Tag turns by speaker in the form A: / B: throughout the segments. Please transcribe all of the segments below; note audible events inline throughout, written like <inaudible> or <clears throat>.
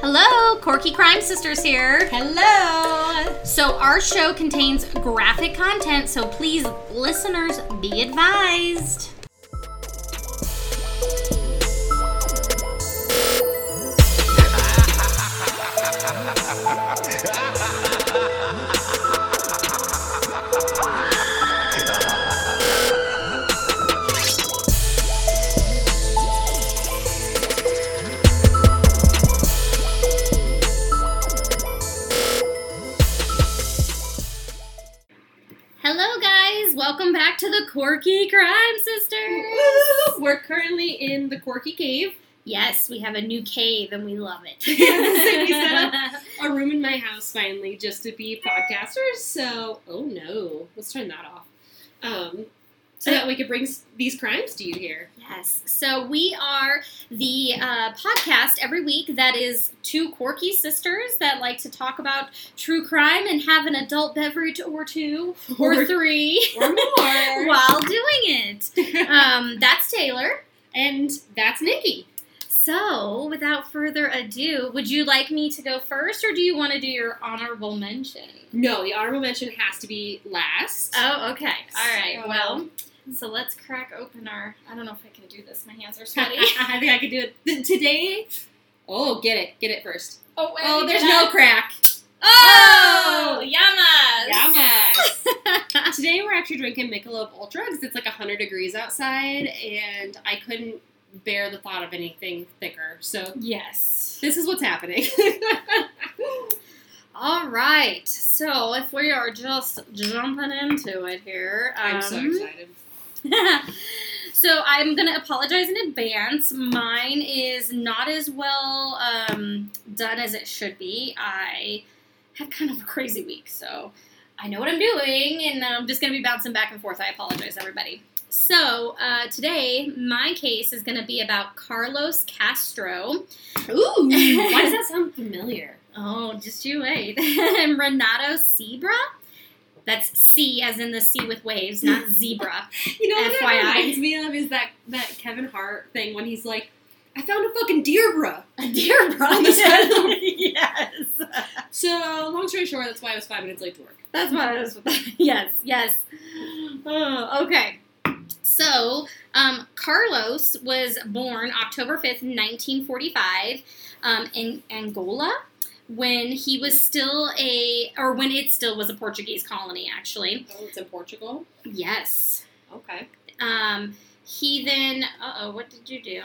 A: Hello, Corky Crime Sisters here.
B: Hello.
A: So, our show contains graphic content, so please, listeners, be advised. Hello, guys. Welcome back to the Corky Crime Sisters.
B: <laughs> We're currently in the Quirky Cave,
A: Yes, we have a new cave and we love <laughs> it.
B: Yes, we set up. a room in my house finally, just to be podcasters. So, oh no, let's turn that off. Um, so that we could bring s- these crimes to you here.
A: Yes. So we are the uh, podcast every week that is two quirky sisters that like to talk about true crime and have an adult beverage or two or three <laughs>
B: or more.
A: while doing it. Um, that's Taylor.
B: <laughs> And that's Nikki.
A: So, without further ado, would you like me to go first or do you want to do your honorable mention?
B: No, the honorable mention has to be last.
A: Oh, okay. All right.
B: So-
A: well, so let's crack open our. I don't know if I can do this. My hands are sweaty.
B: I <laughs> think I could do it Th- today. Oh, get it, get it first.
A: <laughs> oh, wait,
B: Oh, there's
A: can
B: no
A: I-
B: crack.
A: Oh, yamas.
B: Yamas. <laughs> Today we're actually drinking Michelob Ultra because it's like 100 degrees outside, and I couldn't bear the thought of anything thicker. So
A: yes.
B: this is what's happening.
A: All right. So if we are just jumping into it here,
B: <laughs> I'm so
A: um,
B: excited.
A: <laughs> so I'm gonna apologize in advance. Mine is not as well um, done as it should be. I had kind of a crazy week, so I know what I'm doing, and I'm just gonna be bouncing back and forth. I apologize, everybody. So uh, today, my case is gonna be about Carlos Castro.
B: Ooh, why <laughs> does that sound familiar?
A: Oh, just you wait. <laughs> and Renato Zebra? That's C as in the sea with waves, not zebra.
B: You know what
A: FYI.
B: that reminds me of is that that Kevin Hart thing when he's like, "I found a fucking deer, bruh."
A: <laughs> Dear
B: On the side
A: <laughs>
B: of the-
A: yes.
B: So long story short, that's why I was five minutes late to work.
A: That's what I was <laughs> Yes, yes. Oh, okay. So, um, Carlos was born October 5th, 1945, um, in Angola when he was still a, or when it still was a Portuguese colony, actually.
B: Oh, it's in Portugal.
A: Yes.
B: Okay,
A: Um, he then. Uh oh, what did you do?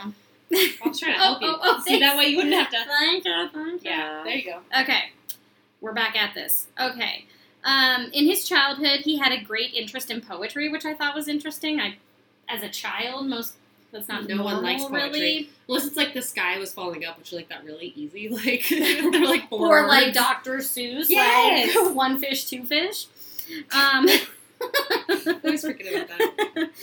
B: I was trying <laughs> to
A: Oh,
B: help <laughs> you.
A: oh, oh,
B: See that way you wouldn't have to.
A: <laughs> Thank you, thank you.
B: Yeah, there you go.
A: Okay, we're back at this. Okay. Um, in his childhood, he had a great interest in poetry, which I thought was interesting. I, as a child, most that's not
B: No one
A: normal,
B: likes poetry.
A: really.
B: Unless it's like the sky was falling up, which are like that really easy, <laughs> like they're like four
A: Or like
B: words.
A: Dr. Seuss,
B: Yes!
A: like <laughs> one fish, two fish. Um,
B: <laughs>
A: <laughs>
B: I always forget about that. <laughs>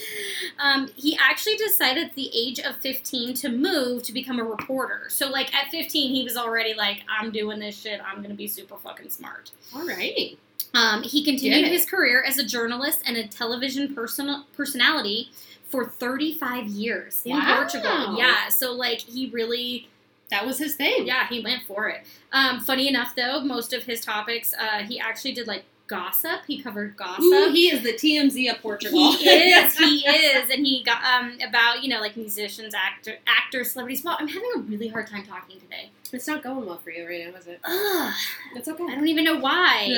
A: um, he actually decided at the age of 15 to move to become a reporter. So, like, at 15, he was already like, I'm doing this shit. I'm going to be super fucking smart.
B: All right.
A: Um, he continued
B: Get it.
A: his career as a journalist and a television person- personality for 35 years in
B: Wow.
A: Portugal. Yeah. So, like, he really
B: That was his thing.
A: yeah, he went for it. Um, funny enough, though, most of his topics, uh, he actually did like gossip. He covered gossip.
B: Ooh, he is the TMZ of Portugal.
A: <laughs>
B: <laughs>
A: He is, he is, and he got um about you know like musicians, actor, actors, celebrities. Well, I'm having a really hard time talking today.
B: It's not going well for you right now, is it?
A: Ugh,
B: It's
A: I
B: okay.
A: don't even know why.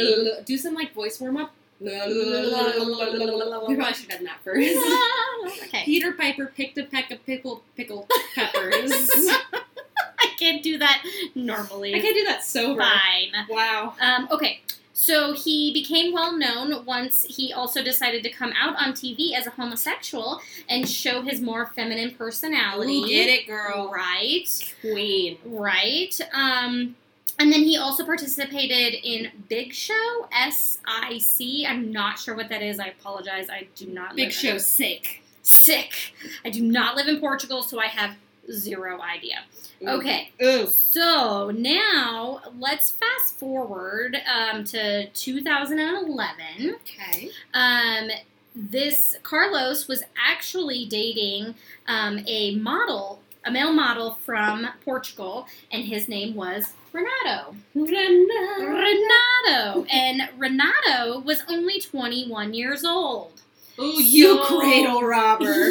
B: Do some like voice warm up. <laughs> We probably should have done that <laughs>
A: <laughs>
B: first.
A: okay,
B: Peter Piper picked a peck of pickled pickled peppers.
A: I can't do that normally.
B: <laughs> I can't do that sober.
A: Fine.
B: Wow.
A: Um, okay, so he became well known once he also decided to come out on TV as a homosexual and show his more feminine personality.
B: Ooh, get it, girl.
A: Right,
B: Queen.
A: right. Um, and then he also participated in Big Show, S I C. I'm not sure what that is. I apologize. I do not.
B: Big
A: live in-
B: show sick.
A: Sick. I do not live in Portugal, so I have zero idea. Okay.
B: Ooh.
A: So now let's fast forward um, to 2011.
B: Okay.
A: Um, this Carlos was actually dating um, a model, a male model from Portugal, and his name was Renato.
B: Renata.
A: Renato! And Renato was only 21 years old.
B: Oh, you
A: So-
B: cradle robber.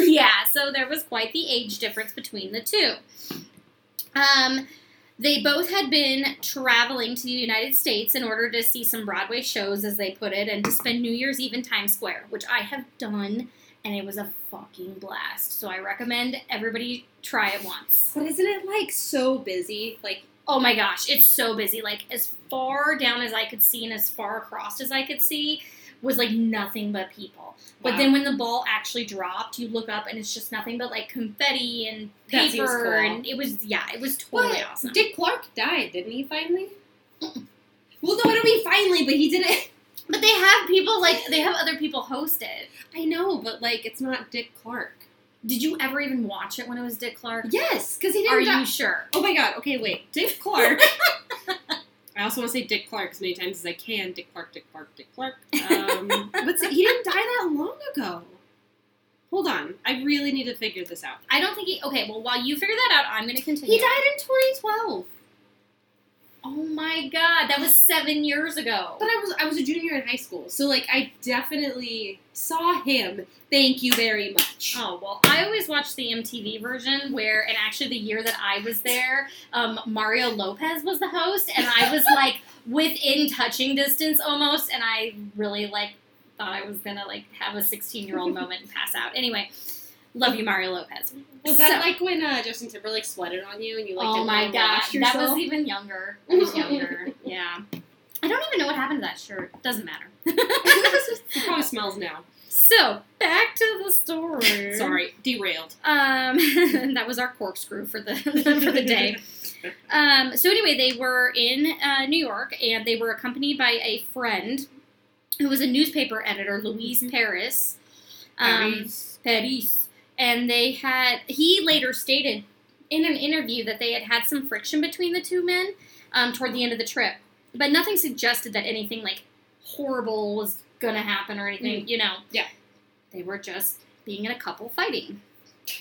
A: <laughs> Yeah, so there was quite the age difference between the two. Um, they both had been traveling to the United States in order to see some Broadway shows, as they put it, and to spend New Year's Eve in Times Square, which I have done, and it was a fucking blast. So I recommend everybody try it once.
B: <laughs> But isn't it like so busy? Like
A: Oh my gosh, it's so busy. Like as far down as I could see and as far across as I could see was like nothing but people. But
B: Wow.
A: then when the ball actually dropped, you look up and it's just nothing but like confetti and
B: That seems
A: paper
B: cool.
A: and it was yeah, it was totally
B: Well,
A: awesome.
B: Dick Clark died, didn't he? Finally. Well, no, I don't mean finally, but he <laughs> didn't.
A: But they have people like they have other people host it.
B: I know, but like it's not Dick Clark.
A: Did you ever even watch it when it was Dick Clark?
B: Yes, because he didn't.
A: Are
B: die.
A: you sure?
B: <laughs> Oh my god. Okay, wait. Dick <laughs> Clark. I also want to say Dick Clark as many times as I can. Dick Clark, Dick Clark, Dick <laughs> Clark. Um, but he didn't die that long ago. Hold on. I really need to figure this out.
A: I don't think he okay, well while you figure that out, I'm gonna continue.
B: He died in 2012.
A: Oh my god, that was seven years ago.
B: But I was I was a junior in high school, so like I definitely saw him. Thank you very much.
A: Oh well, I always watch the MTV version where, and actually the year that I was there, um, Mario Lopez was the host, and I
B: <laughs>
A: was like within touching distance almost, and I really like thought I was gonna like have a sixteen year
B: <laughs>
A: old moment and pass out. Anyway, love you, Mario Lopez.
B: Was that
A: So-
B: like when uh, Justin Timberlake sweated on you and you like?
A: oh
B: didn't
A: my
B: wanna
A: gosh,
B: wash
A: that was
B: yourself?
A: even younger. I was
B: <laughs>
A: younger. yeah, I don't even know what happened to that shirt. Doesn't matter. <laughs>
B: <laughs> it probably smells now.
A: So back to the story.
B: Sorry, derailed.
A: Um, <laughs> that was our corkscrew for the <laughs> for the day. Um, so anyway, they were in uh, New York, and they were accompanied by a friend who was a newspaper editor, Louise Paris. Um,
B: Paris.
A: Paris. And they had. He later stated in an interview that they had had some friction between the two men um, toward the end of the trip, but nothing suggested that anything like horrible was gonna happen or anything. You know.
B: Mm. Yeah.
A: They were just being in a couple fighting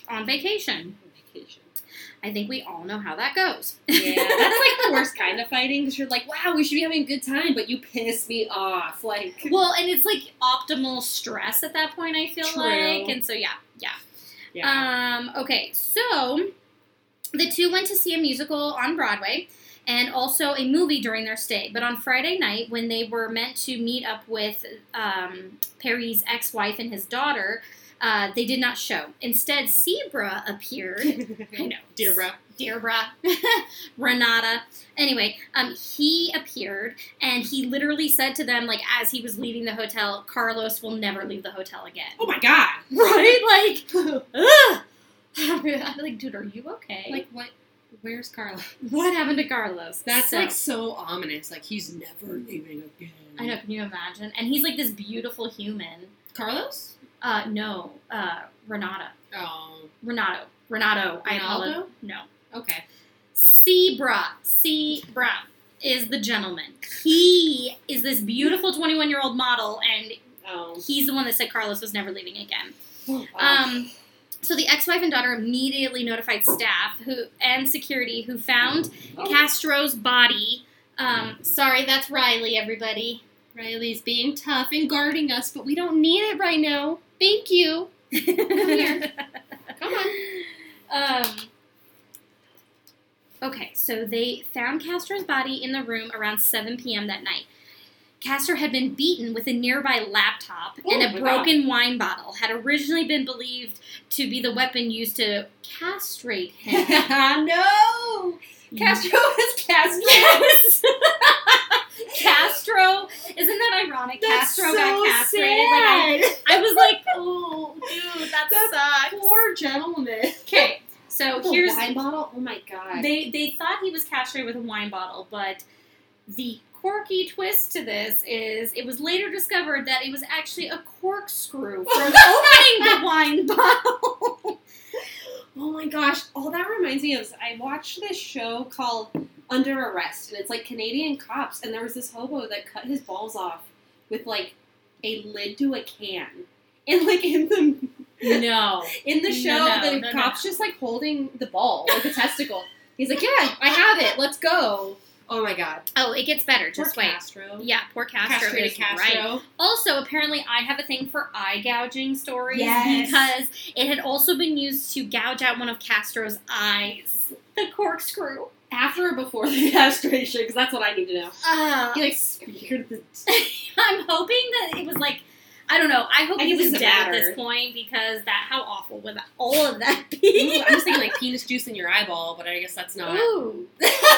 A: on vacation.
B: Vacation.
A: I think we all know how that goes.
B: <laughs> Yeah, that's like the worst kind of fighting because you're like, wow, we should be having a good time, but you piss me off. Like,
A: Well, and it's like optimal stress at that point, I feel
B: True.
A: like. And so, yeah, yeah. Um, okay, so the two went to see a musical on Broadway and also a movie during their stay. But on Friday night, when they were meant to meet up with um, Perry's ex wife and his daughter, uh, they did not show. Instead, Zebra appeared. I know.
B: dear bro.
A: Deirdre, <laughs> Renata. Anyway, um, he appeared and he literally said to them, like, as he was leaving the hotel, Carlos will never leave the hotel again.
B: Oh my god.
A: <laughs> Right? Like, ugh! <laughs> I'm like, dude, are you okay?
B: Like what? Where's Carla?
A: <laughs> what happened to Carlos?
B: That's
A: So-
B: like so ominous. Like he's never leaving again.
A: I know, can you imagine? And he's like this beautiful human.
B: Carlos?
A: Uh, no, uh, Renata.
B: Oh,
A: Renato. Renato. I
B: Ronaldo?
A: apologize. No.
B: okay.
A: Sebra, Sebra is the gentleman. He is this beautiful 21 year old model, and
B: Oh,
A: he's the one that said Carlos was never leaving again.
B: wow.
A: Um, so the ex wife and daughter immediately notified staff who and security who found
B: Oh.
A: Castro's body. Um, sorry, that's Riley, everybody.
B: Riley's being tough and guarding us, but we don't need it right now. Thank you. <laughs> here. Come
A: <laughs>
B: on.
A: Um, okay, so they found Castor's body in the room around 7 p.m. that night. Castor had been beaten with a nearby laptop,
B: Oh,
A: and
B: my
A: a
B: God.
A: broken wine bottle had originally been believed to be the weapon used to castrate
B: <laughs>
A: him.
B: no. Castro is Castro.
A: Yes! <laughs> Castro, isn't that ironic?
B: <laughs> That's
A: Castro
B: so
A: got castrated. Like
B: sad.
A: I, I was like,
B: <laughs>
A: oh, dude, that
B: That's
A: sucks.
B: Poor gentleman. <laughs>
A: Okay, so
B: The
A: here's
B: wine bottle. Oh my god.
A: They they thought he was castrated with a wine bottle, but the quirky twist to this is it was later discovered that it was actually a
B: <laughs>
A: corkscrew from opening the wine bottle.
B: Oh my gosh! All that reminds me of I watched this show called Under Arrest, and it's like Canadian cops, and there was this hobo that cut his balls off with like a lid to a can, and like in the
C: No.
B: In the
A: No,
B: show,
A: no,
B: the
A: no,
B: cop's just like holding the ball, like a testicle. He's like, "Yeah, I have it. Let's go." Oh my god!
A: Oh, it gets better.
B: Poor
A: Just wait.
B: Castro.
A: Yeah, poor Castro
B: Castrated
A: is right.
B: Castro.
A: Also, apparently, I have a thing for eye gouging stories
B: Yes.
A: because it had also been used to gouge out one of Castro's eyes. The corkscrew.
B: After or before the <laughs> castration? Because that's what I need to know.
A: Uh,
B: He like speared
A: <laughs>
B: the.
A: I'm hoping that it was like, I don't know. I hope
B: I
A: he
B: guess
A: was
B: it
A: dead
B: doesn't
A: at
B: matter.
A: this point because that how awful would that, all of that
B: Ooh,
A: be?
B: I'm just thinking like penis juice in your eyeball, but I guess that's not. <laughs>
A: Ooh. <laughs>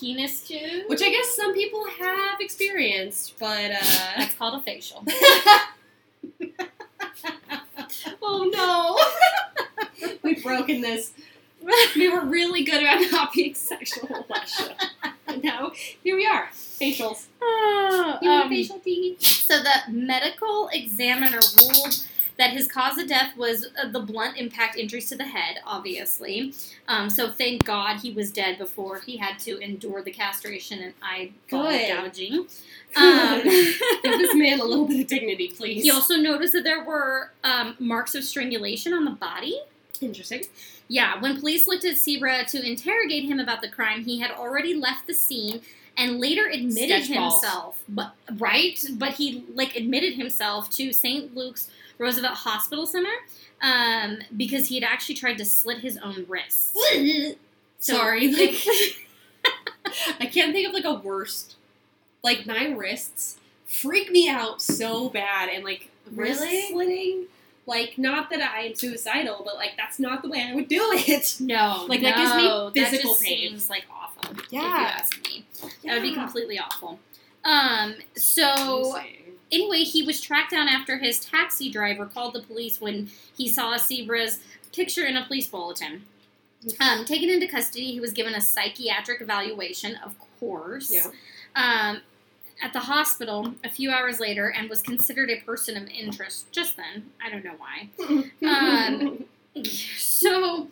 A: Penis juice.
B: Which I guess some people have experienced, but <laughs> uh.
A: That's called a facial.
B: oh no! <laughs> We've broken <laughs> this. We were really
A: <laughs>
B: good about not being sexual on that <laughs> show. And now here we are. Facials. <laughs> You want a
A: Um,
B: facial tea?
A: So the medical examiner ruled that his cause of death was uh, the blunt impact injuries to the head, obviously. Um, so thank God he was dead before he had to endure the castration and eyeball
B: Good.
A: gouging.
B: <laughs>
A: Um, <laughs>
B: Um, give this man a little bit of dignity, please.
A: he also noticed that there were um, marks of strangulation on the body.
B: Interesting.
A: Yeah, when police looked at Sebra to interrogate him about the crime, he had already left the scene and later admitted
B: Sketch balls.
A: himself. But right, but he like admitted himself to St. Luke's Roosevelt Hospital Center um, because he had actually tried to slit his own wrists. <laughs> So- <laughs>
B: Sorry, like I can't think of like a worst. Like my wrists freak me out so bad, and like wrist
A: Really?
B: slitting. Like not that I am suicidal, but like that's not the way I would do it. <laughs>
A: No,
B: Like, that gives me
A: no,
B: physical
A: that just
B: pain.
A: Seems like awful. if you
B: Yeah.
A: ask me, that would be completely awful. Um, so Anyway, he was tracked down after his taxi driver called the police when he saw Sebra's picture in a police bulletin. Um, taken into custody, he was given a psychiatric evaluation, of course.
B: Yeah.
A: Um, at the hospital a few hours later and was considered a person of interest just then. I don't know why. <laughs> Um, So,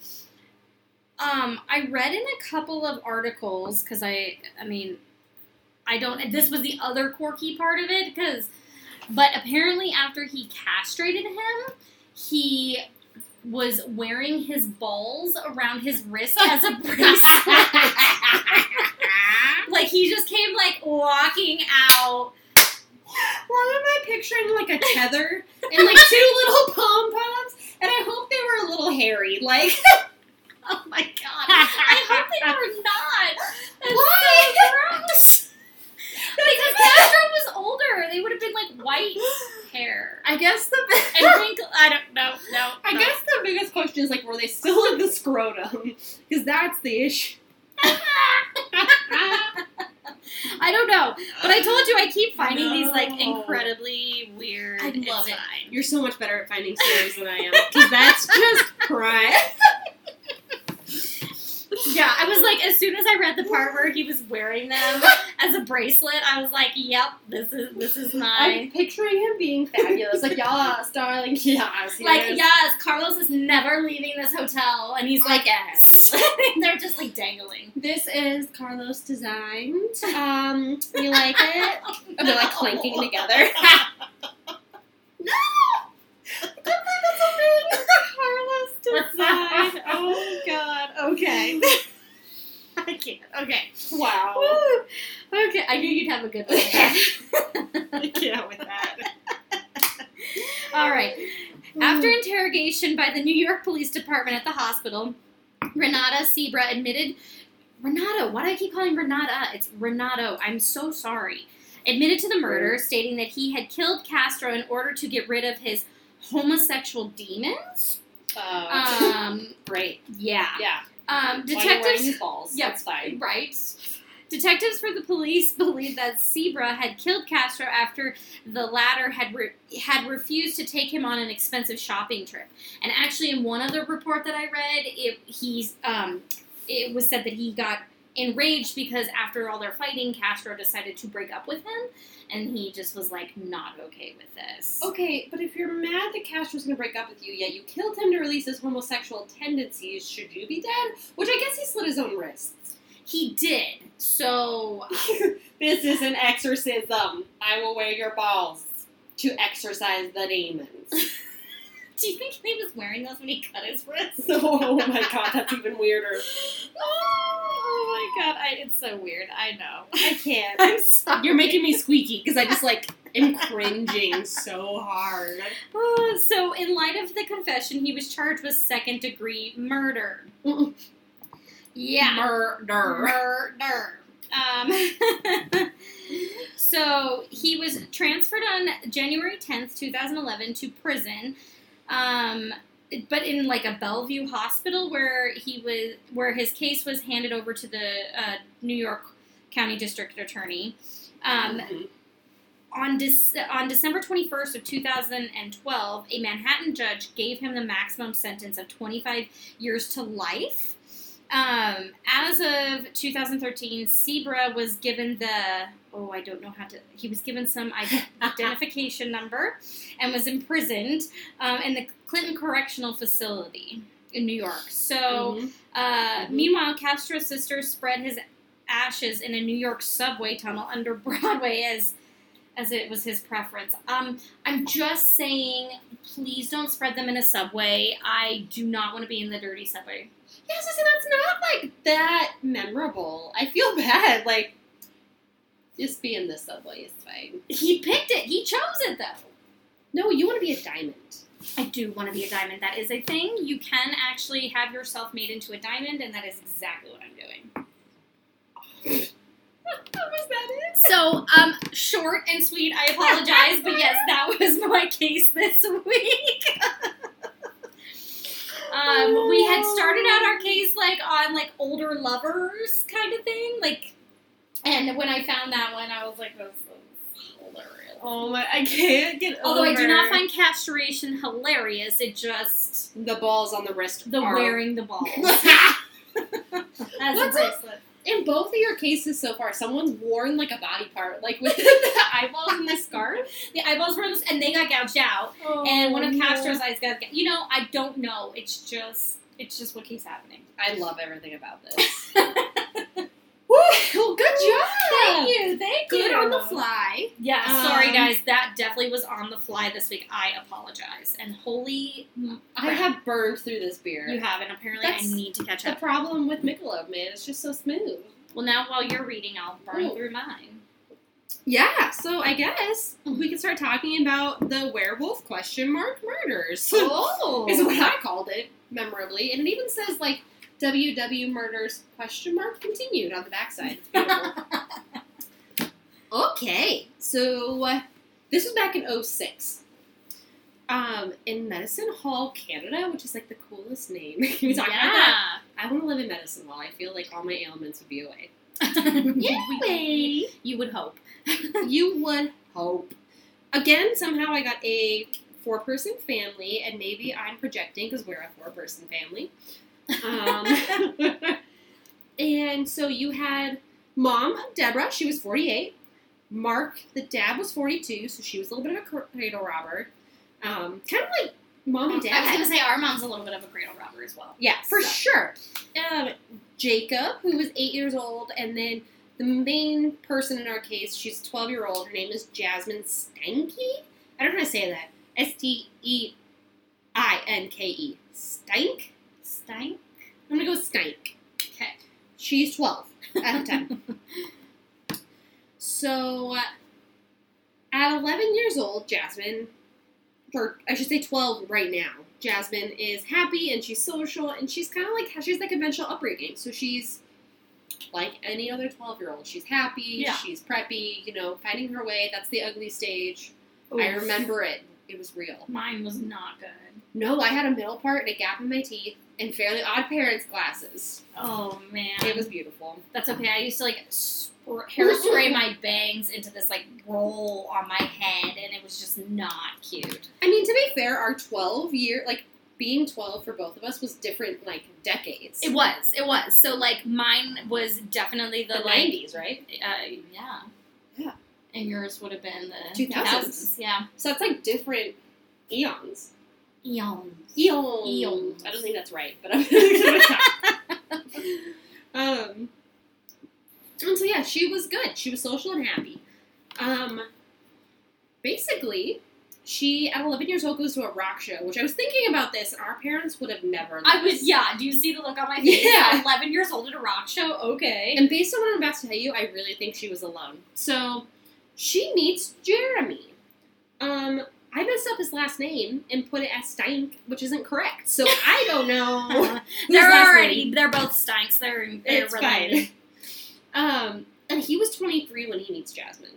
A: um, I read in a couple of articles because I, I mean, I don't. This was the other quirky part of it because, but apparently after he castrated him, he was wearing his balls around his wrist as a bracelet. like he just came like walking out.
B: Why am I picturing like a tether and like <laughs> two little pom poms? And I hope they were a little hairy.
A: <laughs>
B: Like, <laughs>
A: Oh my god! I hope they were not. That's
B: Why?
A: So gross. <laughs> Because Castro was older, they would have been like <gasps> white hair
B: I guess the
A: <laughs> and wrinkle. I don't know. No,
B: I
A: no. <laughs>
B: guess the biggest question is like, were they still in the scrotum? <laughs> Because that's the issue.
A: I don't know. But I told you, I keep finding these like
B: No.
A: incredibly weird.
B: I love
A: it's
B: it.
A: fine.
B: You're so much better at finding stories than <laughs> I am. Because that's just crime.
A: Yeah, I was like, as soon as I read the part where he was wearing <laughs> them as a bracelet, I was like, "Yep, this is this is my."
B: I'm picturing him being fabulous. Like, yes, darling, yes.
A: Like
B: yes.
A: yes, Carlos is never leaving this hotel, and he's like, <laughs>
B: Yes.
A: they're just like dangling.
B: This is Carlos designed. Um, you like
A: <laughs>
B: <laughs> it? And they're like clanking together. <laughs>
A: <laughs>
B: Carlos
A: design.
B: Oh God.
A: <laughs>
B: Okay.
A: I can't. Okay.
B: Wow.
A: Woo. Okay, I knew you'd have a
B: <laughs>
A: good one.
B: I can't with that.
A: All right. After
B: Mm.
A: interrogation by the New York Police Department at the hospital, Renata Sebra admitted. Renato, why do I keep calling Renata? It's Renato. I'm so sorry. Admitted to the murder, stating that he had killed Castro in order to get rid of his homosexual demons.
B: Uh,
A: Um,
B: great.
A: yeah.
B: Oh. Yeah.
A: Um,
B: Why are you wearing
A: detectives.
B: these balls.
A: Yeah.
B: That's fine.
A: Right. Detectives for the police <laughs> believe that Sebra had killed Castro after the latter had re- had refused to take him on an expensive shopping trip. And actually, in one other report that I read, it he's um, it was said that he got enraged because after all their fighting, Castro decided to break up with him, and he just was like not okay with this.
B: Okay, but if you're mad that Castro's gonna break up with you, yet you killed him to release his homosexual tendencies, should you be dead? Which I guess he slit his own wrists.
A: He did. So <laughs>
B: This is an
C: <laughs>
B: exorcism. I will wear your balls to exorcise the demons.
A: Do you think he was wearing those when he cut his wrist?
C: No, oh my god, that's even weirder.
A: oh my god, I, it's so weird. I know.
C: I can't.
A: I'm sorry.
C: You're making me squeaky because I just like am <laughs> cringing so hard.
A: Oh, so, in light of the confession, he was charged with second degree murder.
C: Mm-mm.
A: yeah.
C: Murder.
A: Murder. Um, <laughs> so he was transferred on January 10th, 2011, to prison. Um, but in like a Bellevue hospital where he was, where his case was handed over to the uh, New York County District Attorney. Um,
C: Mhm.
A: on, Dec on December 21st of 2012, a Manhattan judge gave him the maximum sentence of 25 years to life. Um, as of 2013, Zebra was given the oh, I don't know how to. He was given some identification number and was imprisoned um, in the Clinton Correctional Facility in New York. So.
C: Mhm.
A: Uh,
C: Mhm.
A: meanwhile, Castro's sister spread his ashes in a New York subway tunnel under <laughs> Broadway as as it was his preference. Um, I'm just saying, please don't spread them in a subway. I do not want to be in the dirty subway.
C: Yeah, so see, that's not like that memorable. I feel <laughs> bad. Like, just be in the subway is fine.
A: He picked it. He chose it though.
C: No, you want to be a diamond.
A: I do want to be a diamond. That is a thing. You can actually have yourself made into a diamond, and that is exactly what I'm doing.
C: How was that it?
A: So, um, short and sweet. I apologize, but yes, that was my case this week. um, we had started out our case like on like older lovers kind of thing, like, and when I found that one, I was like, this is hilarious.
C: Oh my, I can't get
A: Although I do not
C: over
A: find castration hilarious, it just
C: the balls on the wrist.
A: the
C: are-
A: wearing the <laughs> balls as a
C: What's up?
A: bracelet.
C: In both of your cases so far, someone's worn like a body part,
A: <laughs>
C: like with the eyeballs and the scarf.
A: The Oh, eyeballs were loose, and they got gouged out. and one of Castro's eyes got. You know, I don't know. It's just, it's just what keeps happening.
C: I love everything about this. Woo! Well, good job.
A: Thank you, thank you.
C: Good on the fly.
A: Yeah,
C: Um,
A: sorry guys, that definitely was on the fly this week. I apologize. And holy, m-
C: I have burned through this beer.
A: you have, and apparently
C: That's
A: I need to catch
C: the
A: up.
C: problem with Michelob, man. It's just so smooth.
A: Well, now while you're reading, I'll burn
C: Ooh.
A: through <laughs> mine.
C: Yeah, so I guess we can start talking about the werewolf question mark murders.
A: Oh,
C: is what I called it memorably, and it even says like WW murders question mark continued on the backside. It's beautiful. okay, so uh, this was back in 06. Um, in Medicine Hall, Canada, which is like the coolest name. <laughs> Can we talk about that? I want to live in Medicine Hall. I feel like all my ailments would be away.
A: <laughs> yeah.
C: Yay.
A: you would hope.
C: you would hope. Again, somehow I got a four person family, and maybe I'm projecting because we're a four person family. Um,
A: <laughs>
C: and so you had mom, Deborah, she was 48. Mark, the dad, was 42, so she was a little bit of a cradle robber. Um, kind of like mom and
A: Oh, I was
C: dad.
A: gonna say our mom's a little bit of a cradle robber as well.
C: Yeah, for
A: So.
C: sure. Um, Jacob, who was eight years old, and then the main person in our case, she's a 12 year old. Her name is Jasmine Steinke. I don't know how to say that. S T E I N K E. Stank?
A: Stein.
C: I'm going to go with Stank.
A: Okay.
C: She's 12 at the time. so, uh, at 11 years old, Jasmine, or I should say 12 right now, Jasmine is happy and she's social and she's kind of like, she has that conventional upbringing. So she's like any other 12 year old. She's happy,
A: Yeah.
C: she's preppy, you know, finding her way. That's the ugly stage. I remember it. It was real.
A: mine was not good.
C: No, I had a middle part and a gap in my teeth and fairly odd parents' glasses.
A: Oh man,
C: It was beautiful.
A: That's okay. I used to like <laughs> spr- hairspray my bangs into this like roll on my head, and it was just not cute.
C: I mean, to be fair, our 12 year, like, being 12 for both of us was different, like, decades.
A: It was. It was. So like mine was definitely the,
C: the
A: like
C: 90s, right?
A: uh, yeah
C: Yeah.
A: and yours would have been the
C: 2000s.
A: Yeah,
C: So that's, like, different eons.
A: eons.
C: Eons.
A: Eons.
C: I don't think that's right, but I'm <laughs> going to
B: <laughs>
C: Um, and so, yeah, she was good. She was social and happy. Um, basically,
B: she at 11 years old goes to a rock show, which I was thinking about this, and our parents would have never.
A: I was,
B: noticed.
A: yeah. Do you see the look on my face?
B: Yeah.
A: 11 years old at a rock show? Okay.
B: And based on what I'm about to tell you, I really think she was alone. So she meets Jeremy. Um, I messed up his last name and put it as Steink, which isn't correct. So I don't
C: <laughs>
A: Uh-huh.
B: know. whose
A: <laughs> they're
B: last
A: already,
B: name.
A: they're both stanks. They're, they're
B: It's
A: related.
B: Um, and he was 23 when he meets Jasmine.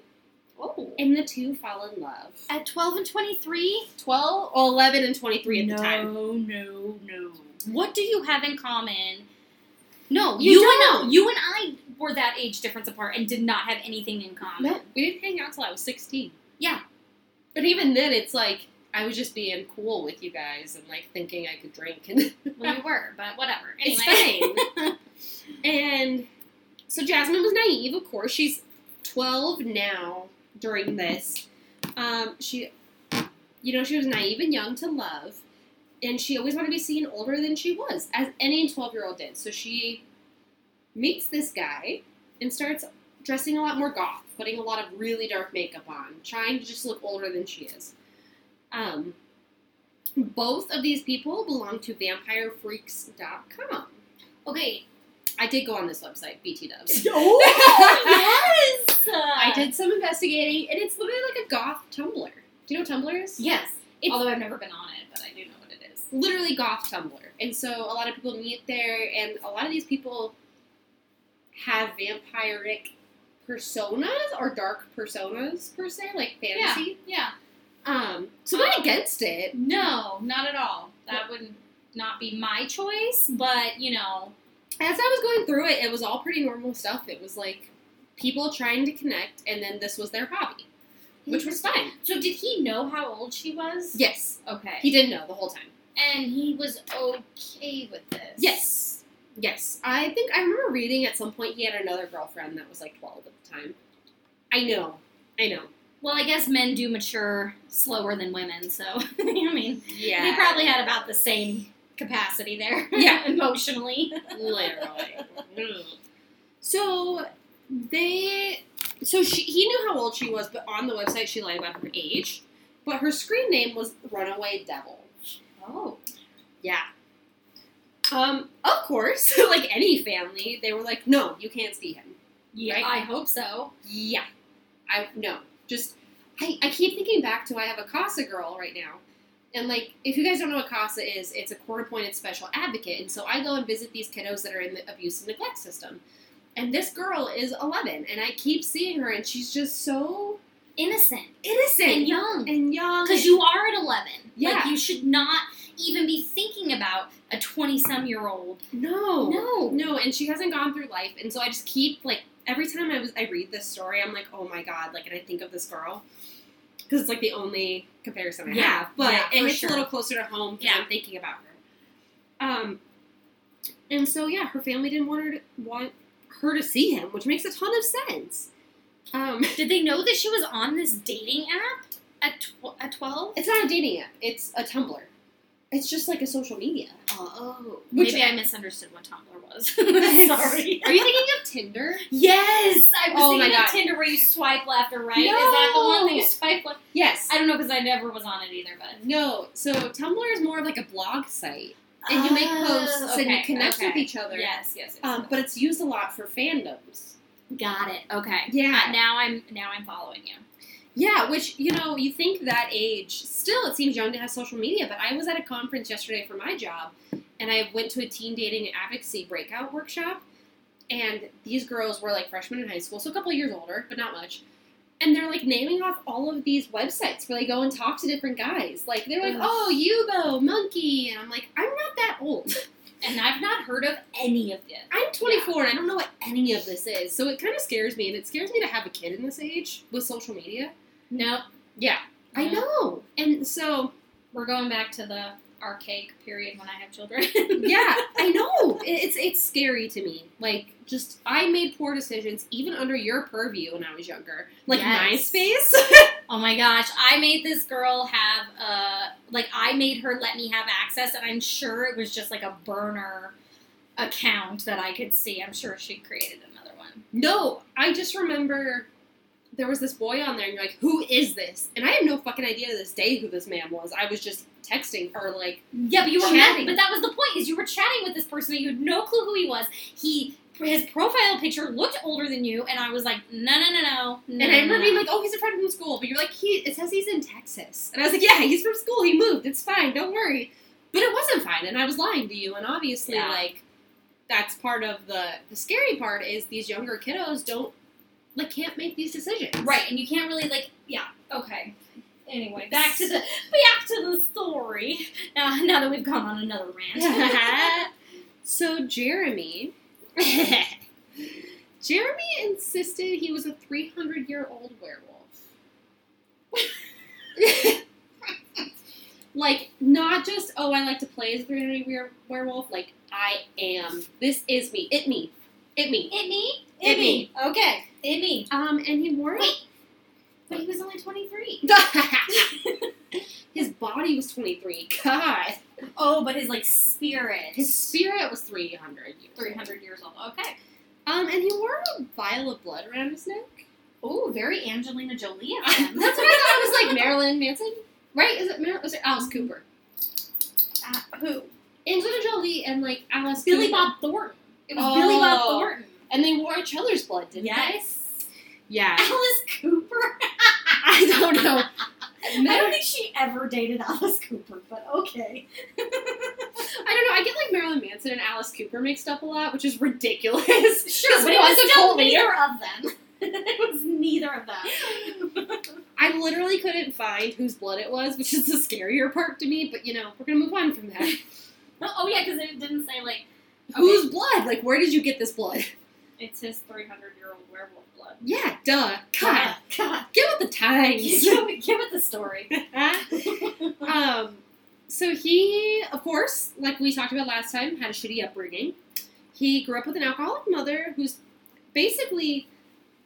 A: Oh.
B: And the two fall in love.
A: At 12 and 23?
B: 12, or 11 and 23 at
A: no,
B: the time.
A: No, no, What do you have in common? No,
B: You
A: you, and
B: don't.
A: I, you and I were that age difference apart and did not have anything in common.
B: No, we didn't hang out till I was 16.
A: Yeah.
B: But even then, it's like I was just being cool with you guys and like thinking I could drink and
A: Well, we were, but whatever. Anyway, <laughs>
B: it's fine. and so Jasmine was naive, of course. She's 12 now during this. Um, she, you know, she was naive and young to love. And she always wanted to be seen older than she was, as any 12 year old did. So she meets this guy and starts dressing a lot more goth, putting a lot of really dark makeup on, trying to just look older than she is. Um, both of these people belong to vampirefreaks.com.
A: okay.
B: I did go on this website, BT Doves.
A: Oh, yes.
B: I did some investigating, and it's literally like a goth Tumblr. Do you know what Tumblr is?
A: Yes.
B: It's-
A: Although I've never been on it, but I do know what it is.
B: Literally goth Tumblr. And so a lot of people meet there, and a lot of these people have vampiric personas or dark personas, per se, like fantasy.
A: Yeah.
B: Um, so I'm not against it.
A: No, not at all. That would not be my choice, but you know,
B: As I was going through it, it was all pretty normal stuff. It was like people trying to connect, and then this was their hobby, which was fine.
A: So did he know how old she was?
B: Yes.
A: Okay.
B: He didn't know the whole time.
A: and he was okay with this.
B: Yes. Yes. I think I remember reading at some point he had another girlfriend that was like 12 at the time. I know. I know.
A: Well, I guess men do mature slower than women, so <laughs> I mean,
B: Yeah.
A: they probably had about the same capacity there. <laughs>
B: Yeah.
A: emotionally.
B: literally. <laughs> so they so she he knew how old she was, but on the website she lied about her age, but her screen name was Runaway Devil.
A: Oh.
B: Yeah. Um, of course, <laughs> like any family, they were like, "No, you can't see him."
A: <laughs> Yeah,
B: Right?
A: I hope so.
B: Yeah. I no. Just I, I keep thinking back to I have a CASA girl right now. And like if you guys don't know what CASA is, it's a court appointed special advocate. And so I go and visit these kiddos that are in the abuse and neglect system. And this girl is eleven and I keep seeing her and she's just so
A: Innocent
B: innocent
A: and young.
B: and young.
A: Because you are at 11. Like,
B: Yeah.
A: you should not even be thinking about a 20 some year old.
B: No.
A: No.
B: No, and she hasn't gone through life, and so I just keep like every time I was I read this story, I'm like, oh my god, like, and I think of this girl because it's like the only comparison I
A: Yeah,
B: have, but
A: yeah,
B: and
A: for
B: it's
A: sure.
B: a little closer to home because
A: Yeah.
B: I'm thinking about her. Um, and so yeah, her family didn't want her to want her to see him, which makes a ton of sense. Um, <laughs>
A: Did they know that she was on this dating app at, tw- at 12?
B: it's not a dating app; it's a Tumblr. It's just like a social media.
A: Oh,
B: Which-
A: maybe I misunderstood what Tumblr was. <laughs> Sorry.
B: Are you thinking of Tinder?
A: Yes, I was
B: Oh my
A: thinking of
B: God.
A: Tinder where you swipe left or right. Is that the one that you
B: No.
A: swipe left?
B: Yes.
A: I don't know because I never was on it either. But
B: No, so Tumblr is more of like a blog site, and you make
A: Oh,
B: posts and Ah, you
A: okay,
B: connect
A: okay.
B: with each other.
A: Yes, yes, yes.
B: Um, but it's used a lot for fandoms.
A: got it. Okay.
B: Yeah.
A: Uh, now I'm now I'm following you.
B: Yeah, which you know, you think that age still it seems young to have social media, but I was at a conference yesterday for my job, and I went to a teen dating and advocacy breakout workshop, and these girls were like freshmen in high school, so a couple years older, but not much. And they're like naming off all of these websites where they go and talk to different guys. Like they're like,
A: Ugh.
B: "Oh, Yubo, Monkey," and I'm like, "I'm not that old." <laughs>
A: And I've not heard of any of this.
B: I'm 24 and I don't know what any of this is, so it kind of scares me, and it scares me to have a kid in this age with social media.
A: No,
B: Yeah, I
A: Yeah.
B: know, and so
A: we're going back to the archaic period when I have children.
B: <laughs> yeah, I know <laughs> It- it's it's scary to me. Like, just I made poor decisions even under your purview when I was younger, like
A: Yes.
B: MySpace. <laughs>
A: oh my gosh, I made this girl have uh like I made her let me have access, and I'm sure it was just like a burner account that I could see. I'm sure she created another one.
B: no, I just remember there was this boy on there, and you're like, who is this? And I had no fucking idea to this day who this man was. I was just texting her, like,
A: Yeah, but you were
B: Chatting.
A: But that was the point: is you were chatting with this person that you had no clue who he was. He his profile picture looked older than you, and I was like, no, no, no, no. no
B: and I remember
A: no,
B: being
A: no.
B: like, oh, he's a friend from school. But you're like, he, it says he's in Texas. And I was like, yeah, he's from school. He moved. It's fine. Don't worry. But it wasn't fine, and I was lying to you. And obviously,
A: Yeah.
B: like, that's part of the the scary part is these younger kiddos don't like can't make these decisions.
A: right, and you can't really like, yeah, okay. Anyway, back to the back to the story. Now, now that we've gone on another rant. <laughs>
B: so Jeremy, Jeremy insisted he was a 300 year old werewolf. <laughs> like, not just, oh, I like to play as a 300 year werewolf. Like, I am. This is me. It me. It me.
A: It me?
B: It me.
A: Okay. It me.
B: Um, and he wore <laughs> it.
A: But he was only 23.
B: His body was 23. God.
A: Oh, but his, like, spirit.
B: His spirit was 300 years.
A: 300 years old. Okay.
B: Um, and he wore a vial of blood around his neck.
A: Oh, very Angelina Jolie. of
B: That's
A: him. <laughs>
B: what I thought. It was like Marilyn Manson, right? Is it Mar- was it Alice Cooper?
A: Uh, who?
B: Angelina Jolie and like Alice
A: Billy
B: Cooper.
A: Bob Thornton. It was <laughs> Billy Bob
B: Oh.
A: Thornton.
B: and they wore each other's blood, didn't
A: Yes.
B: they? Yeah.
A: Alice Cooper.
B: I don't <laughs> know.
A: I don't think she ever dated Alice Cooper, but okay.
B: I don't know. I get like Marilyn Manson and Alice Cooper mixed up a lot, which is <laughs> ridiculous.
A: Sure, <laughs> but it was
B: one's a
A: still
B: cult leader.
A: neither of them. <laughs> it was neither of them.
B: I literally couldn't find whose blood it was, which is the scarier part to me. But you know, we're gonna move on from <laughs> that.
A: Oh, yeah, because it didn't say, like,
B: Whose blood? Like, where did you get this blood?
A: it's his 300 year old werewolf blood.
B: Yeah, duh.
A: God,
B: God,
A: God.
B: give it the times.
A: give, it- <laughs> give it the story.
B: um, so he, of course, like we talked about last time, had a shitty upbringing. He grew up with an alcoholic mother who's basically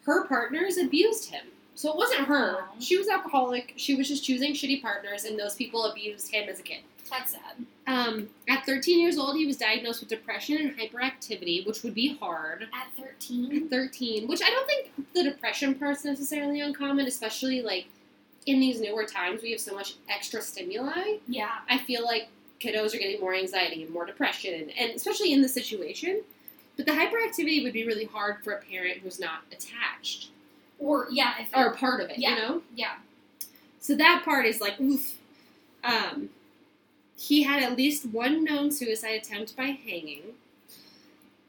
B: her partners abused him. So it wasn't her.
A: Aw.
B: She was alcoholic. She was just choosing shitty partners, and those people abused him as a kid.
A: That's sad.
B: Um, at 13 years old, he was diagnosed with depression and hyperactivity, which would be hard.
A: At 13?
B: At 13, which I don't think the depression part's necessarily uncommon, especially like in these newer times, we have so much extra stimuli.
A: Yeah.
B: I feel like kiddos are getting more anxiety and more depression, and especially in this situation. But the hyperactivity would be really hard for a parent who's not attached
A: Or, yeah, if
B: or a part of it, you
A: Yeah.
B: know?
A: yeah.
B: So that part is like, oof. Um, he had at least one known suicide attempt by hanging.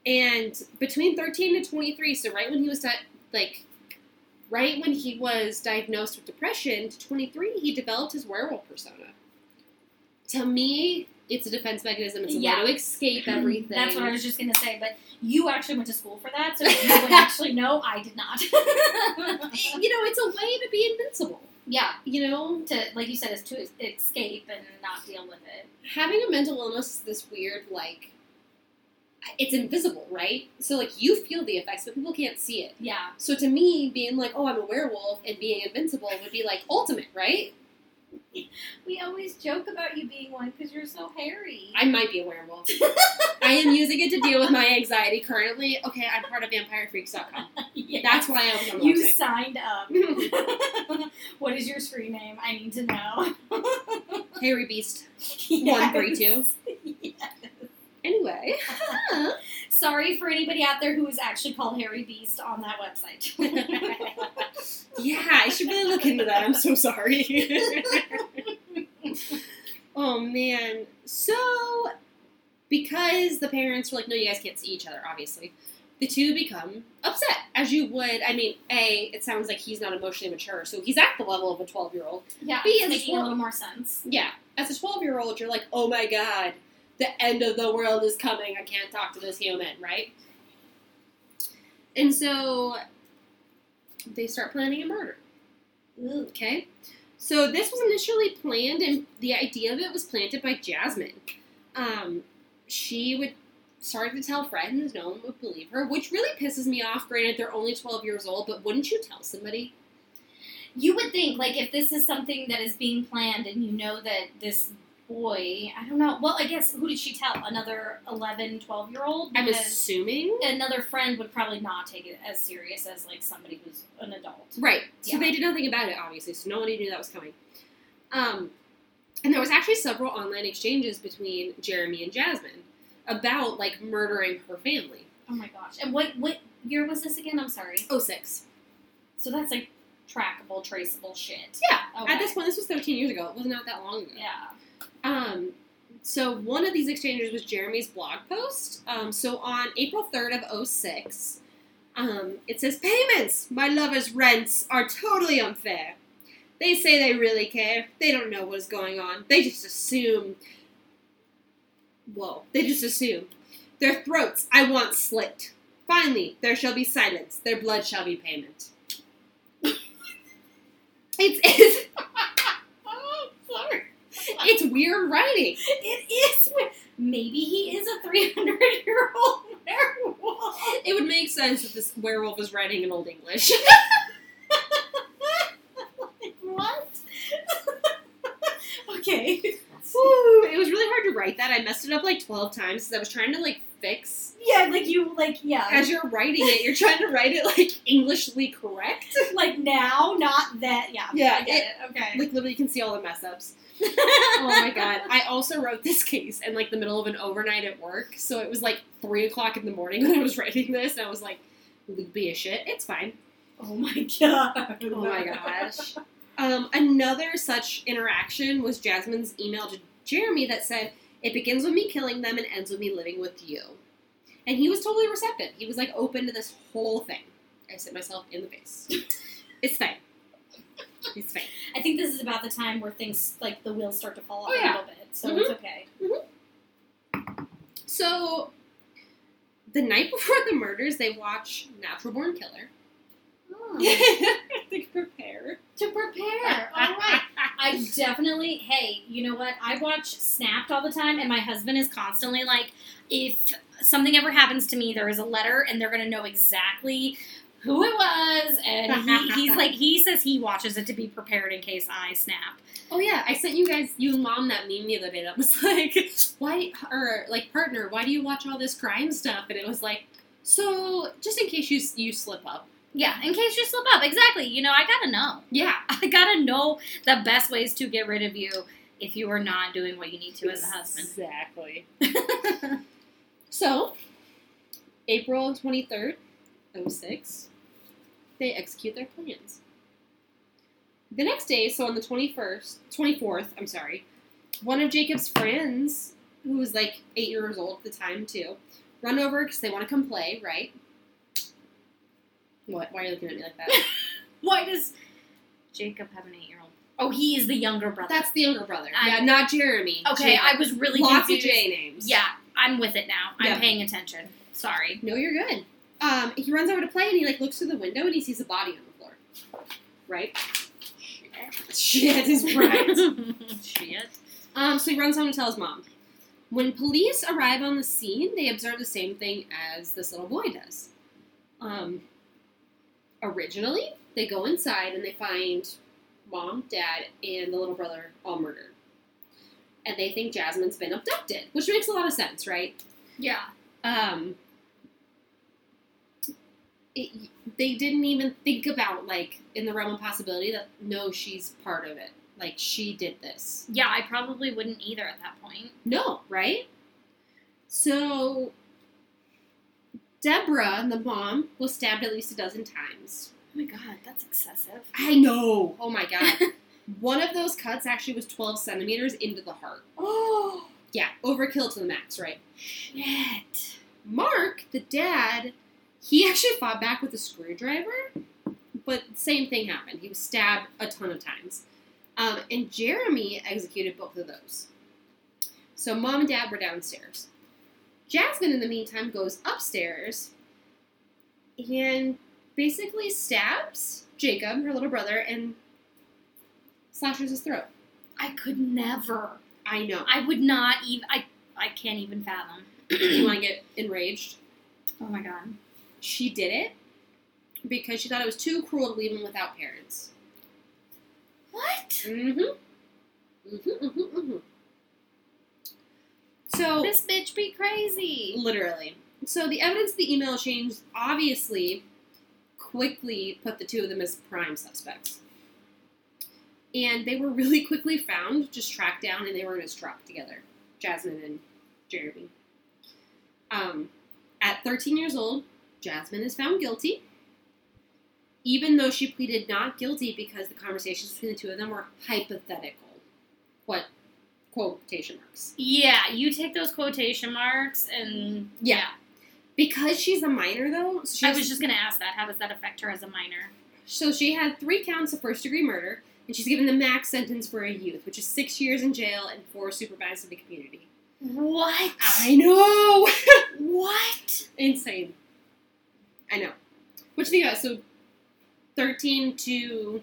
B: And between 13 and 23, so right when he was di- like, right when he was diagnosed with depression, to 23, he developed his werewolf persona. To me, it's a defense mechanism. It's a
A: Yeah.
B: way to escape everything.
A: <clears throat> That's what I was just going to say, but you actually went to school for that, so you <laughs> would actually know I did not. <laughs>
B: You know, it's a way to be invincible.
A: yeah.
B: You know,
A: To, like you said, is to escape and not deal with it.
B: having a mental illness is this weird like it's invisible right so like you feel the effects but people can't see it
A: Yeah.
B: so to me being like oh i'm a werewolf and being invincible would be like ultimate right
A: We always joke about you being one because you're so hairy.
B: i might be
A: <laughs>
B: a werewolf i am using it to deal with my anxiety currently okay i'm part of vampirefreaks.com
A: yeah.
B: that's why i was on the
A: You
B: website
A: signed <laughs> up. what is your screen name? I need to know. <laughs>
B: hairy beast
A: Yes.
B: 132
A: <laughs>
B: anyway
A: Sorry for anybody out there who is actually called Harry Beast on that website. <laughs>
B: yeah, I should really look into that. I'm so sorry. oh man. So because the parents were like, no, you guys can't see each other, obviously, the two become upset, as you would. I mean, A, it sounds like he's not emotionally mature, so he's at the level of a 12 year old.
A: yeah,
B: Be
A: it's
B: as
A: making a
B: well.
A: little more sense.
B: Yeah. As a 12 year old, you're like, oh my god, the end of the world is coming. I can't talk to this human, right? And so they start planning a murder. Okay. So this was initially planned, and the idea of it was planted by Jasmine. Um, she would start to tell friends, no one would believe her, which really pisses me off. Granted, they're only 12 years old, but wouldn't you tell somebody?
A: You would think, like, if this is something that is being planned and you know that this boy. I don't know. Well, I guess who did she tell? Another 11, 12 year old?
B: I'm assuming.
A: another friend would probably not take it as serious as like somebody who's an adult.
B: Right. So
A: Yeah.
B: they did nothing about it, obviously. So nobody knew that was coming. Um, and there was actually several online exchanges between Jeremy and Jasmine about like murdering her family.
A: Oh my gosh. And what what year was this again? I'm sorry.
B: Oh six.
A: So that's like trackable, traceable shit.
B: Yeah.
A: Okay.
B: At this point, this was 13 years ago. It was not that long ago.
A: Yeah.
B: Um, so one of these exchanges was Jeremy's blog post. Um, so on April 3rd of 06, um, it says, Payments! My lover's rents are totally unfair. They say they really care. They don't know what is going on. They just assume. Whoa. They just assume. Their throats I want slit. Finally, there shall be silence. Their blood shall be payment. it's, it's,
A: Oh, sorry.
B: it's weird writing.
A: It is. wi- Maybe he is a 300 year old werewolf.
B: It would make sense if this werewolf was writing in Old English.
A: <laughs> Like, what? <laughs> okay.
B: Woo, it was really hard to write that. I messed it up like 12 times because I was trying to like fix.
A: Yeah, like you, like, yeah.
B: As you're writing it, you're trying to write it like Englishly correct.
A: Like now, not that. Yeah.
B: Yeah,
A: I get it. Okay.
B: Like literally, you can see all the mess ups.
A: <laughs>
B: oh my god! I also wrote this case in like the middle of an overnight at work, so it was like three o'clock in the morning <laughs> when I was writing this. And I was like, loopy as shit. It's fine.
A: Oh my god.
B: Oh my gosh. Um, another such interaction was Jasmine's email to Jeremy that said, It begins with me killing them and ends with me living with you. And he was totally receptive. He was like open to this whole thing. I sit myself in the face. it's fine. It's fine.
A: I think this is about the time where things like the wheels start to fall off
B: Oh, yeah. Mm-hmm.
A: a little bit, so it's okay.
B: So, the night before the murders, they watch Natural Born Killer. <laughs> they prepare.
A: Hmm. to prepare, all right. I definitely. Hey, you know what? I watch Snapped all the time, and my husband is constantly like, if something ever happens to me, there is a letter, and they're gonna know exactly who it was. And he, he's like, he says he watches it to be prepared in case I snap.
B: Oh yeah, I sent you guys, you and mom, that meme the other day that was <laughs> like, why or like partner, why do you watch all this crime stuff? And it was like, so just in case you you slip up.
A: Yeah, in case you slip up, exactly. You know, I gotta know. <laughs>
B: Yeah,
A: I gotta know the best ways to get rid of you if you are not doing what you need to as a husband.
B: exactly. <laughs> so, April twenty third, 06, they execute their plans. The next day, so on the twenty first, twenty fourth, I'm sorry, one of Jacob's friends, who was like eight years old at the time too, run over because they want to come play, right? What? Why are you looking at me like that?
A: <laughs> Why does Jacob have an eight-year-old? Oh, he is the younger brother.
B: That's the younger brother.
A: I-
B: yeah, not Jeremy.
A: okay.
B: Jacob.
A: I was really
B: lots
A: confused.
B: of J names.
A: Yeah, I'm with it now. I'm
B: Yeah.
A: paying attention. Sorry.
B: No, you're good. Um, he runs over to play and he like looks through the window and he sees a body on the floor. Right? <laughs> Shit
A: <laughs>
B: is right.
A: Shit.
B: um, so he runs home and tells mom. When police arrive on the scene, they observe the same thing as this little boy does. Um, originally, they go inside and they find mom, dad, and the little brother all murdered. And they think Jasmine's been abducted, which makes a lot of sense, right?
A: Yeah.
B: um it, they didn't even think about like in the realm of possibility that no she's part of it like she did this
A: Yeah, I probably wouldn't either at that point.
B: no right so deborah the mom was stabbed at least a dozen times
A: Oh my god, that's excessive.
B: i know oh my god one of those cuts actually was 12 centimeters into the heart
A: Oh
B: yeah overkill to the max right
A: shit.
B: Mark, the dad, he actually fought back with a screwdriver, but same thing happened. He was stabbed a ton of times. Um, and Jeremy executed both of those. So mom and dad were downstairs. Jasmine, in the meantime, goes upstairs and basically stabs Jacob, her little brother, and slashes his throat.
A: I could never.
B: I know. <clears throat>
A: I would not even. I I can't even fathom.
B: you want to get enraged?
A: Oh my god.
B: she did it because she thought it was too cruel to leave him without parents.
A: What?
B: Mm-hmm. Mm-hmm, mm-hmm, mm-hmm. So
A: This bitch be crazy.
B: literally. So the evidence of the email exchange obviously quickly put the two of them as prime suspects. And they were really quickly found, just tracked down, and they were in his truck together, Jasmine and Jeremy. Um, at 13 years old, Jasmine is found guilty, even though she pleaded not guilty because the conversations between the two of them were hypothetical. What quotation marks?
A: Yeah, you take those quotation marks and
B: Yeah. Because she's a minor, though, so she,
A: I
B: has-
A: was just gonna ask that. How does that affect her as a minor?
B: so she had three counts of first degree murder, and she's given the max sentence for a youth, which is six years in jail and four supervised to the community.
A: What?
B: I know!
A: What?
B: <laughs> Insane. I know. What you think about it? So 13 to.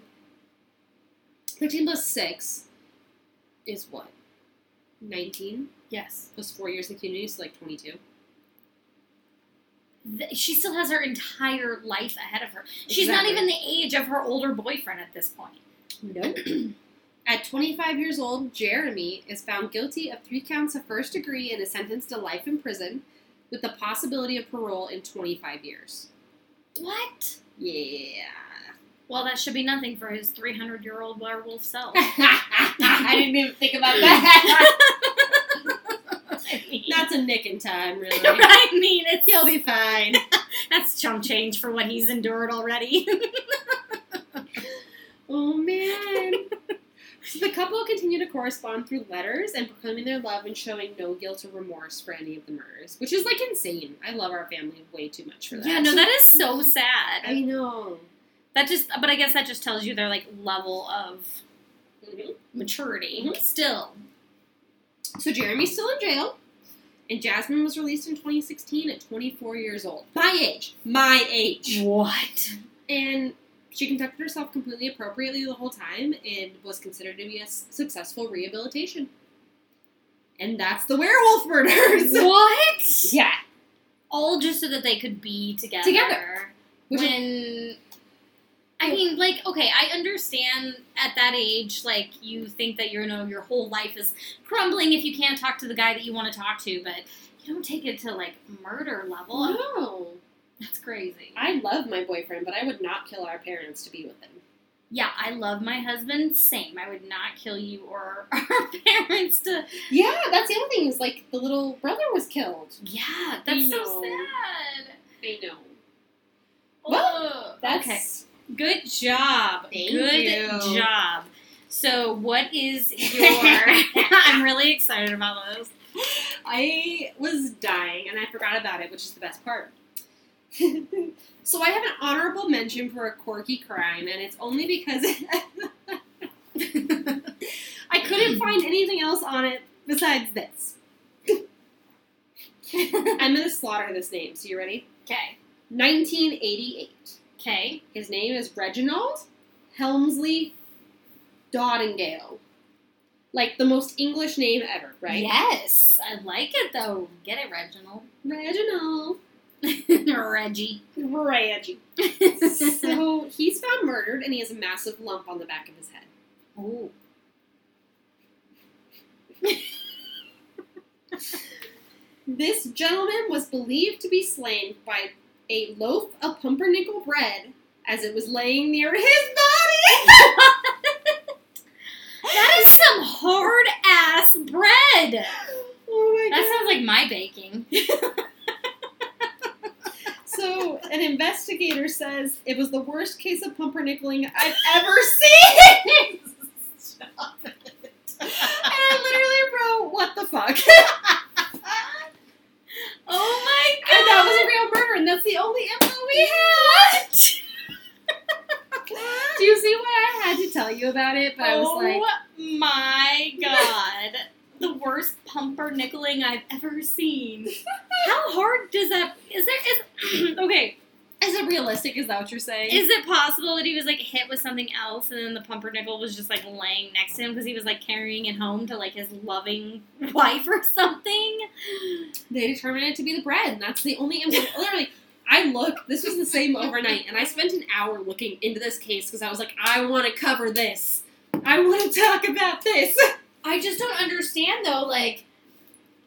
B: 13 plus 6 is what? 19
A: Yes.
B: plus 4 years in the community, so like 22.
A: Th- She still has her entire life ahead of her. She's not
B: Exactly.
A: even the age of her older boyfriend at this point.
B: Nope. <clears throat> At 25 years old, Jeremy is found guilty of three counts of first degree and is sentenced to life in prison with the possibility of parole in 25 years.
A: What?
B: Yeah.
A: Well, that should be nothing for his 300 year old werewolf
B: <laughs>
A: self.
B: <laughs> I didn't even think
A: <laughs>
B: about that.
A: I mean, <laughs>
B: That's a nick in time, really.
A: I mean it's,
B: He'll be fine.
A: that's chump change for what he's endured
B: <laughs>
A: already.
B: Oh,
A: <laughs>
B: man. So the couple continue to correspond through letters and proclaiming their love and showing no guilt or remorse for any of the murders, which is like insane. I love our family way too much for that.
A: yeah, no, that is so
B: <laughs>
A: sad.
B: I know.
A: that just, but I guess that just tells you their like level of maturity
B: Mhm.
A: still.
B: So Jeremy's still in jail, and Jasmine was released in 2016 at 24 years old. My age. My age.
A: What?
B: And she conducted herself completely appropriately the whole time and was considered to be a s- successful rehabilitation. And that's the werewolf murders.
A: <laughs> What?
B: <laughs> yeah.
A: All just so that they could be together.
B: Together. Which
A: when
B: is-
A: I mean, like, okay, I understand at that age, like, you think that you know your whole life is crumbling if you can't talk to the guy that you want to talk to, but you don't take it to like murder level.
B: no.
A: That's crazy.
B: I love my boyfriend, but I would not kill our parents to be with him.
A: yeah, I love my husband. Same. I would not kill you or <laughs> our parents to.
B: Yeah, that's the other thing is like the little brother was killed.
A: Yeah, that's so
B: know.
A: sad.
B: I know.
A: Well,
B: That's
A: okay. Good job.
B: Thank
A: Good
B: you.
A: job. So, what
B: <laughs>
A: is your? <laughs> I'm really excited about this.
B: I was dying and I forgot about it, which is the best part. <laughs> so I have an honorable mention for a quirky crime, and it's only because <laughs> I couldn't find anything else on it besides this. I'm gonna slaughter this name, so you ready?
A: Okay.
B: 1988.
A: Okay.
B: His name is Reginald Helmsley Doddingale. Like the most English name ever, right?
A: Yes, I like it though. Get it, Reginald.
B: Reginald.
A: Reggie.
B: <laughs> Reggie. <laughs> so he's found murdered and he has a massive lump on the back of his head. <gasps>
A: Ooh.
B: This gentleman was believed to be slain by a loaf of pumpernickel bread as it was laying near his body.
A: That is some hard ass bread.
B: <laughs> oh my
A: That sounds like my
B: <laughs>
A: baking.
B: god. So an investigator says it was the worst case of pumpernickeling I've ever seen. and I literally wrote, what the <laughs> fuck?
A: Oh my god.
B: And that was a real murder, and that's the only E. info we had. Do you see why I had to tell you about it? But I was like,
A: oh my god. The worst pumpernickeling I've ever seen. How hard does that is there is <clears throat> okay.
B: is it realistic? Is that what you're saying?
A: Is it possible that he was like hit with something else and then the pumpernickel was just like laying next to him because he was like carrying it home to like his loving <laughs> wife or something?
B: they determined it to be the bread, and that's the only info. <laughs> Literally, I looked. This was the same overnight, and I spent an hour looking into this case because I was like, I want to cover this. I want to talk about this.
A: I just don't understand though, like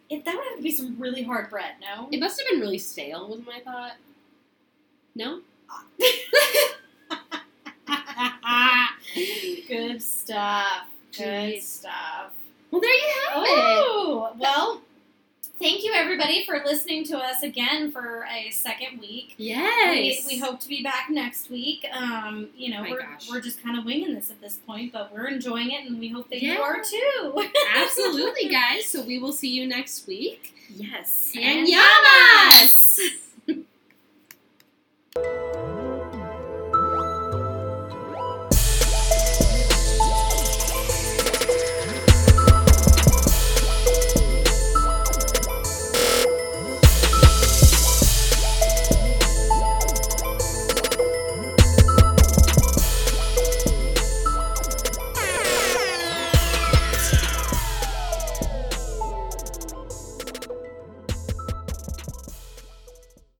A: It, that would have to be some really hard bread, no?
B: It must have been really stale, was my thought. No?
A: Good stuff. Good
B: Jeez.
A: stuff.
B: well, there you have it.
A: Oh, well, thank you everybody for listening to us again for a second week.
B: Yes.
A: We, we hope to be back next week. Um, you know,
B: My
A: we're,
B: gosh.
A: we're just kind of winging this at this point, but we're enjoying it and we hope that
B: Yeah.
A: you are too. <laughs>
B: Absolutely, guys. So we will see you next week.
D: Yes.
B: And
A: yeah.
B: yeah.